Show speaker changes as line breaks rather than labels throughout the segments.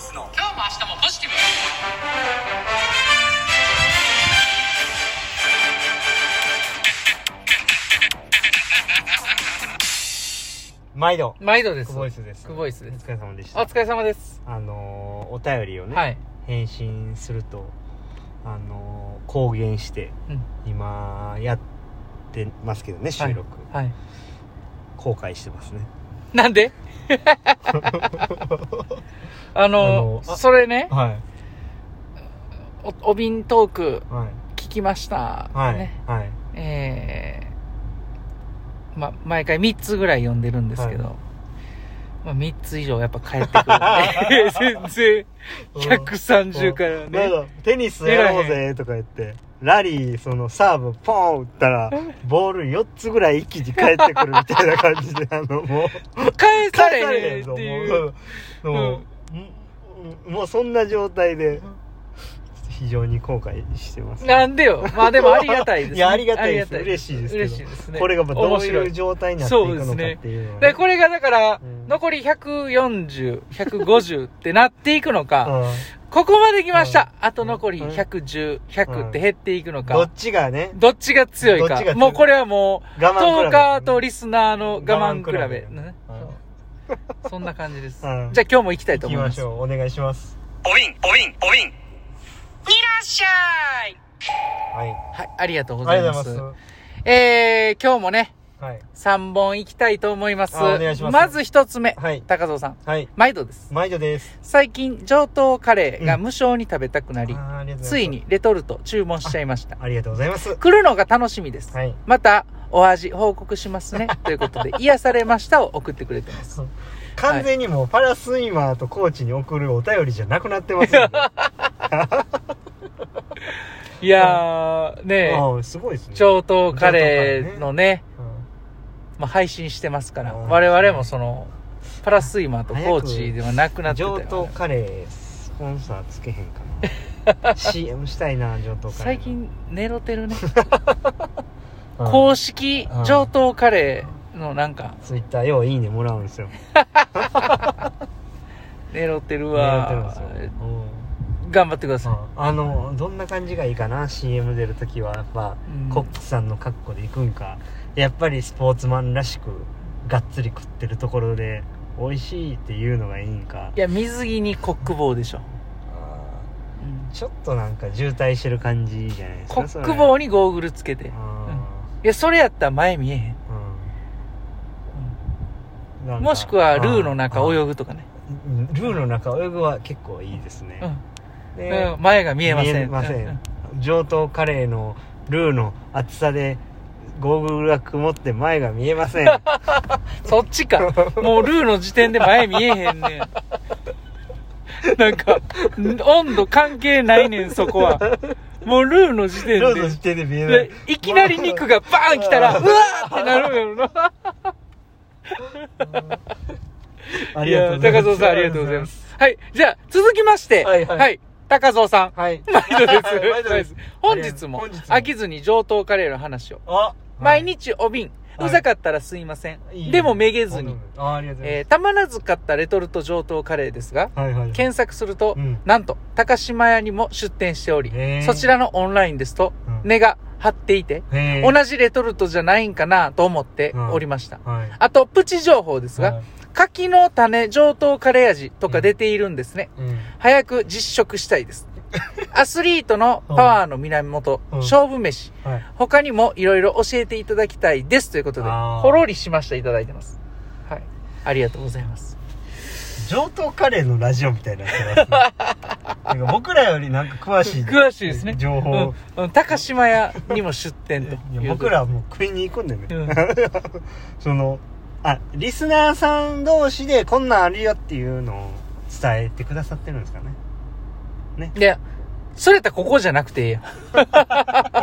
スの
今日も明日もポジティブ
毎度
毎度です
クボイスです
クボイスです
お疲れ様でし
お
た
疲れ様です
あのーお便りをね、
はい
返信するとあのー公言して、
うん
今やってますけどね収録、
はい
後悔してますね
なんで あの
あのあ
それね
はい
おお瓶トーク
はい
聞きました、
はい、
ね
はい
えーま、毎回3つぐらい読んでるんですけど、
はい
まあ、3つ以上やっぱ 返ってくるんで全然130から
なん
ね
かテニスやろうぜとか言ってラリーそのサーブポン打った らボール4つぐらい一気に返ってくるみたいな感じであのもう
返さ
返され
れ
へ
へ
ん
ん
ぞ
っ
もう
ていう
うんもうもうそんな状態で非常に後悔してます
なんでよまあでもありがたいです、ね、
いやありがたいです嬉しいですけど
嬉しいですね
これがまあど
面
う
白
い
いう
状態になっていくのかっていうのはね
でこれがだから、
うん
残り140150ってなっていくのか、
うん
ここまで来ました、あと
うん
残り
うん
110100って減っていくのか、
どっちがね
どっちが強い
どっ
か
ちが強い
もうこれはもう
我
トーカー
慢
と
比
リスナーの我慢比べ。
我慢比べ
ね
うん
そうそんな感じです。じゃあ
うん
今日も行きたい
べ
と
行
思
きまし
います。
ょうお願いします
おびん、おびん、おびん。いらっしゃい
はい
はい、ありがとうご
あ
ざ
り
い
が
ま
とう
す。
ございます
えー、今日もね、
はい
3本行きたいと思います。
あお願いします
ず1つ目。
はい
高蔵さん、
はい
毎度です。
毎度です
最近、上等カレーが
うん
無償に食べたくなり、
あーありがとうござます
ついにレトルト注文しちゃいました。
ありがとうございます
来るのが楽しみです。
はい
また、お味報告しますね。 ということで、癒されましたを送ってくれてます。
完全にもうパラスイマーとコーチに送るお便りじゃなくなってますよ ね
いやー、ねえ、
ああすごいですね
上等カレーのね、
うん
まあ、配信してますから、
うん
我々もその、パラスイマーとコーチではなくなってたよ
上
ね、
等カレースポンサーつけへんか な CM したいな上等カレー
最近、寝ろてるね。
う
公式
うん
上等カレーのなんか、
ツイッターよういいねもらうんですよ
寝ろてる
狙っ
わ
て。るんですようん
頑張ってください。
ああのどんな感じがいいかな CM 出るときはやっぱ、
うん
コックさんの格好で行くんかやっぱりスポーツマンらしくがっつり食ってるところで美味しいっていうのがいいんか
いや、水着にコック帽でしょ。
あ
うん
ーちょっとなんか渋滞してる感じじゃないです
コ
かそ
ッ
れ
ク帽にゴーグルつけて。い
あ
や、それやったら前見えへん。
ーうんなんか
もしくは、ルーの中
あー
泳ぐとかね。
ルーの中泳ぐは結構いいですね、
うん
で
うん前が見えません。
見えませ
うんうん
ん上等カレーのルーの厚さでゴーグルが曇って前が見えま せん
そっちか。もうルーの時点で前見えへん ねん。なんか、温度関係ないねん、そこは。もうルーの時
ル
点
ーの時
で。
点で見えない
でいきなり肉がバーン来たら、うわーってなるんやろな。
ありがとうござい
や
ま
高
す
蔵さんありがとうございます。はい、じゃあ続きまして、
はいはい
高蔵さん。
はい
毎度です
はい毎度 です
本日も
本日も
飽きずに上等カレーの話を。
あ
毎日お瓶、
はいう
ざかったらすいません。
いい
でもめげずに。
あありがとうござい
え
ま
ーたまらず買ったレトルト上等カレーですが、
す、はいはい
検索すると、
うん
なんと、高島屋にも出店しており
へー、
そちらのオンラインですと、
うん
値が張っていて、
へー
同じレトルトじゃないんかなと思っておりました。
はい
あと、プチ情報ですが、
はい
柿の種上等カレー味とか出ているんですね。
うん
早く実食した いです。アスリートのパワーの源、
うん
勝負飯、
はい
他にもいろいろ教えていただきたいですということで
あー、
ほろりしましたいただいてます。はい。ありがとうございます。
上等カレーのラジオみたいになってますね なんか僕らよりなんか詳しい
詳しいですね。
情報、
うんうん高島屋にも出店と
い
いう
や僕らはもう食いに行くんだよね、
うん
そのあリスナーさん同士でこんなんあるよっていうのを伝えてくださってるんですかね
いや、それやったらここじゃなくてええ やん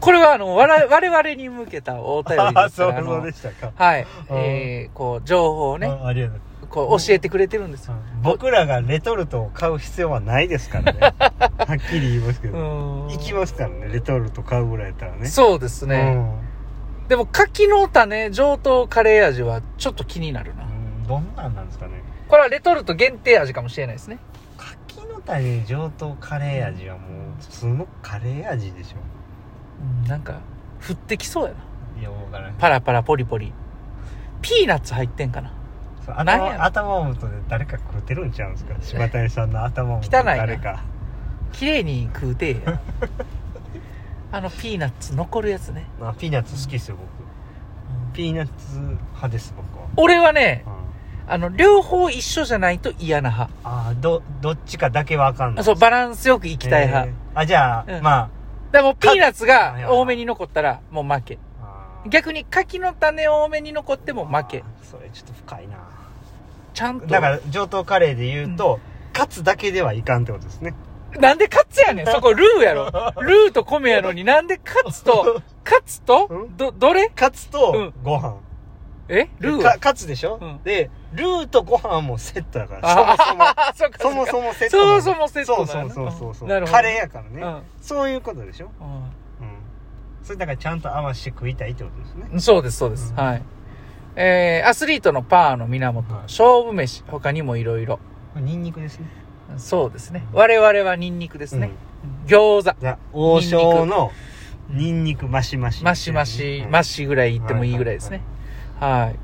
これはあの、わら我々に向けたお便り
あ
で
あ
すか
そう
ら。あの
そうでしたか
はい。
うん
えー、こう、情報をね、
あありがとう
こう、教えてくれてるんですよ。
僕らがレトルトを買う必要はないですから ねはっきり言いますけど、
うん
行きますからねレトルト買うぐらいやったらね
そうです
う
ね。でも、柿の種、上等カレー味は、ちょっと気になるな。
ん、うんどんなんなんですかね
これはレトルト限定味かもしれないですね
柿の種上等カレー味はもう普通のカレー味でしょ
なんか降ってきそうやない
やわからん
パラパラポリポリピーナッツ入ってんかな
そう
なんや
頭
ろ
頭元で誰か食うてるんちゃうんですか柴谷さんの頭元で
汚いな
誰か
綺麗に食うてえ やあのピーナッツ残るやつね
まあピーナッツ好きですよ僕ピーナッツ派です僕は、
俺はね
うん、
あの両方一緒じゃないと嫌な派
ああどどっちかだけわかんない
そうバランスよくいきたい派、
えーあじゃあ、
うん
ま
でもピーナッツ
か
が多めに残ったらもう負け
ああー
逆に柿の種多めに残っても負け
あーそれちょっと深いな
ちゃんと
だから上等カレーで言うと、カツだけではいかんってことですね
なんでカツやねん そこルーやろルーと米やのになんでカ ツとカツと
うん
どどれ
カツと
う
ご飯、
えルー
か
は
カツでしょ、
うん
でルーとご飯はもうセットだからそもそも
あ そっか
そも
も
そもセットなの
そもそもセットな
そ
の
うそうそうそうそう
なるほど
カレーやからね、
ね、
そういうことでしょ
うん
うんそれだからちゃんと合わせて食いたいってことですね
うんそうですそうです、
うん
はいえー、アスリートのパワーの源、
はい
勝負飯他にもいろいろ
ニンニクですね
そうですね我々はニンニクですね、餃子
じゃあ王将のニンニクマシマシ
マシマシ、
うん
マシぐらい言ってもいいぐらいですね。はい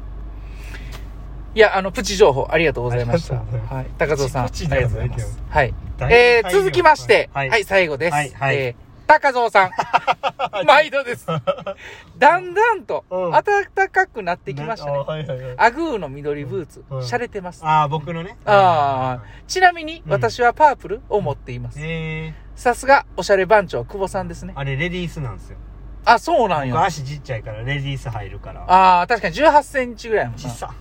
いや、あの、プチ情報ありがとうございました。
ありがとうございます
はい。高蔵さん、あ
プチ
り
プチで
がとう
はないい
ござま
けど
す。はい。えー、続きまして、は、
はいい、
最後です。
はいはい
えー、高 蔵さん、毎度です。だんだんと、
うん
暖かくなってきましたね
あ。はいはいはい
アグーの緑ブーツ、
うん
洒落てます。
あー僕のね
あちなみに、
うん
私はパープルを持っています。
え
さすが、おしゃれ番長、久保さんですね
ー、。あれレディースなんですよ
あ、そうなん
僕
や。
足ちっちゃいからレディース入るから
ああ、確かに18センチぐらいやもん
ち
な
っ。さ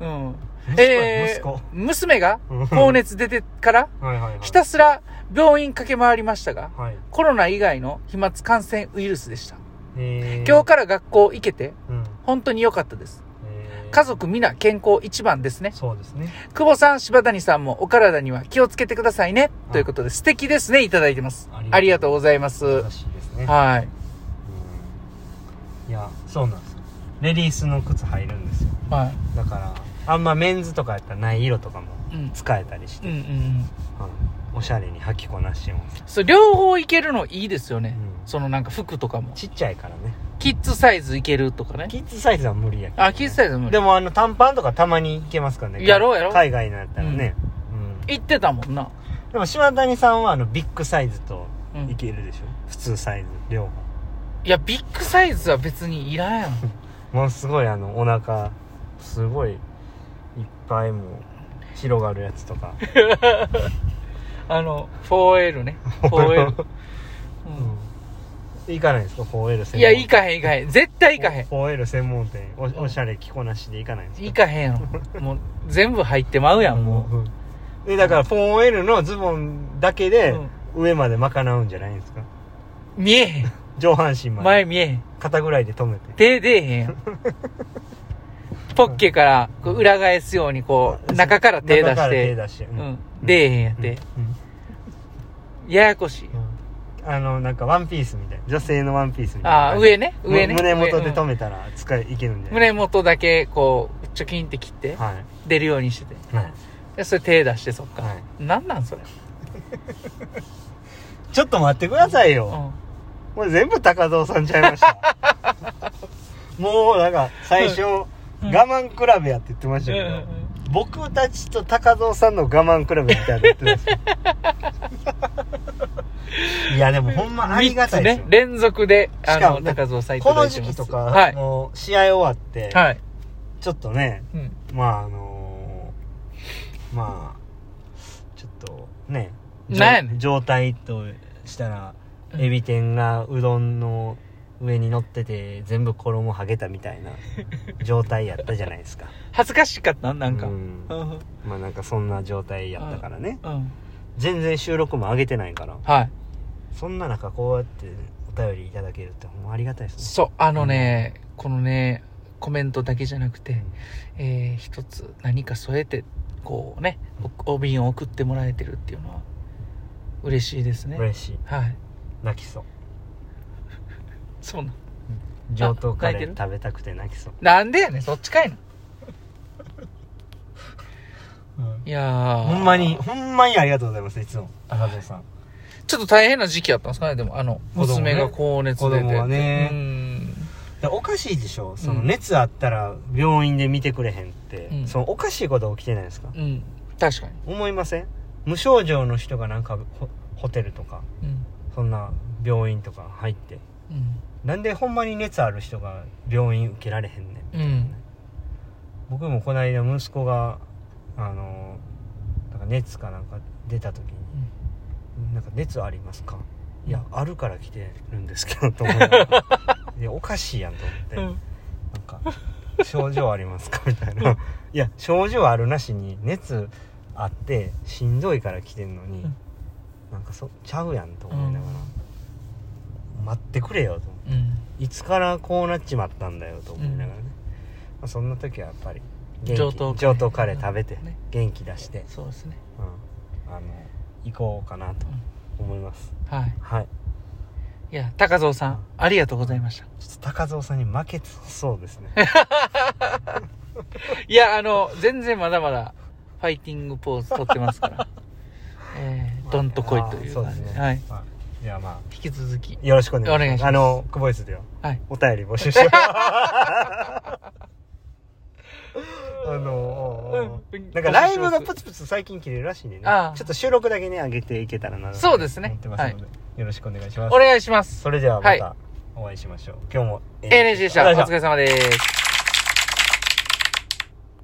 うん。
息子や
え
息子
ー、娘が
うん
高熱出てから、
はいはいはい
ひたすら病院駆け回りましたが、
はい
コロナ以外の飛沫感染ウイルスでした。
えー
今日から学校行けて、
うん
本当に良かったです。
えー
家族皆健康一番ですね。
そうですね
久保さん、柴谷さんもお体には気をつけてくださいね。ということで、素敵ですね。いただいてます。あ
あ
り
り
が
が
と
とう
うございます。
優しいですね
は
う
い。
んいやそうなんですよレディースの靴入るんですよ
は
だからあんまメンズとかやったらない色とかも
い。うん。
使えたりし
う
て、
んうんうん。
うんおしゃれに履きこなしてます、
そう、両方いけるのいいですよ
う
ね。
ん
そのなんか服とかも。
ちっちゃいからね
キッズサイズいけるとかね。
キッズサイズは無理やけど、
あ、キッズサイズ無理。
でもあの短パンとかたまにいけますからね
やろうやろう
海外のやったらね、うん
言ってたもんな。
でも島谷さんはあのビッグサイズと
うん
いけるでしょ、普通サイズ両方
いや、ビッグサイズは別にいらんやん。
もうすごいあのお腹すごいいっぱいもう広がるやつとか、
あの、4L ね。4L。うん
うん、行かないんですか 4L 専門店
いや、行かへん行かへん。絶対行かへん。
4L 専門店おおしゃれ着こなしで行かないんですか
行かへんやろ。もう、全部入ってまうやん、も
うんでだから 4L のズボンだけで
うん
上まで賄うんじゃないんですか
う。見えへん。
上半身ま
前
で
見えへん。
肩ぐらいで止めて
手出えへんやん。ポッケから、こう、裏返すように、こう、中から手出
中
し
から手
て。
出してう
うんん。出えへんやって。ややこし
う
い。
んあのなんかワンピースみたいな女性のワンピースみたいな
あー、上ね。上ね。
む胸元で
上
止
うん
めたら使いいけるんじゃない
胸元だけ、こう、チョキンって切って、
はい
出るようにしてて。
はい
でそれ手出して、そっか。
はい
なんなんそれ。
ちょっと待ってくださいうよ
ん。
これ全部高蔵さんちゃいました もうなんか最初我
うん
慢比べやって言ってましたけ
うんうんう
ど
ん
僕たちと高蔵さんの我慢比べみたいになってますよ いやでもほんまありがたいです
三
よ、
つね、連続で、あ
しか
の、
もね
高蔵さんいた
こ
だ
の
いて
時
ま
期
す
とか、
はい。
もう試合終わって、
はい。
ちょっとね
うん。
まああのーまあちょっとね
なんやねん
状態としたら
うん
エビ天がうどんの上に乗ってて全部衣はげたみた いな状態やったじゃないですか
恥ずかしかったな、なんか。
う
うん。
ん
うん。
まあなんかそんな状態やったからね全然収録も上げてないから
はい。
そんな中こうやってお便りいただけるってほんまありがたいです
そう、あのね、このね、コメントだけじゃなくて、えー、一つ何か添えて、こうね、おお瓶を送ってもらえてるっていうのは、嬉しいです
ね
ね。
嬉しい
はい。
泣きそう
そうなん。
上等カレ
泣い
ー
て
食べたくて泣きそう、
なんでやねん、そっちかいな。
うん
いやー
ほんまに、ほんまにありがとうございます、いつも。赤藤さん。
ちょっと大変な時期やったんですかね、でも、あの、
子供ね
娘が高熱出てて。
子供はね
うん
でおかしいでしょそうの
ん
熱あったら病院で見てくれへんって、
うん
そのおかしいこと起きてないですか
うん。確かに。
思いません無症状の人がなんかホホテルとか
うん。
そんな病院とか入って
うん。
なんでほんまに熱ある人が病院受けられへんねん
うん。
僕もこの間息子があのなんか熱かなんか出た時に「なんか熱ありますか?」いやあるから来てるんですけどと 思いながらいやおかしいやんと思って、
うん
なんか「症状ありますか?」みたいな「いや症状あるなしに熱あってしんどいから来てんのに、
うん
なんかそちゃうやん」と思いながら「待ってくれよ」と思って
うん。
いつからこうなっちまったんだよと思いながらね、まあ、そんな時はやっぱり元気
上等カレー
上等カレー食べて、
ね
元気出して、
そうですね。
うん、あの行こうかなと思います、
はい。
はい
いや、高蔵さん、ありがとうございました。
ちょっと高蔵さんに負けつそうですね
いや、あの、全然まだまだ、ファイティングポーズ取ってます から。えー、どんと来いという
そう
感
で
じ
す
で。
ね、
はい。
まあ、ではま
引き続き。
あよろしくお願いします
お願いします
あの久保井スでは
はい。
お便り募集して ますあの
うん
なんかライブがプツプツ最近切れるらしいんでね
ああ
ちょっと収録だけね上げていけたらなと
そうですね
思ってますので、よろしくお願いします
お願いします。
それでは
は
ま
い
たお会いしましょう、今日も
NG でした。お
お疲れ様
疲れ様です。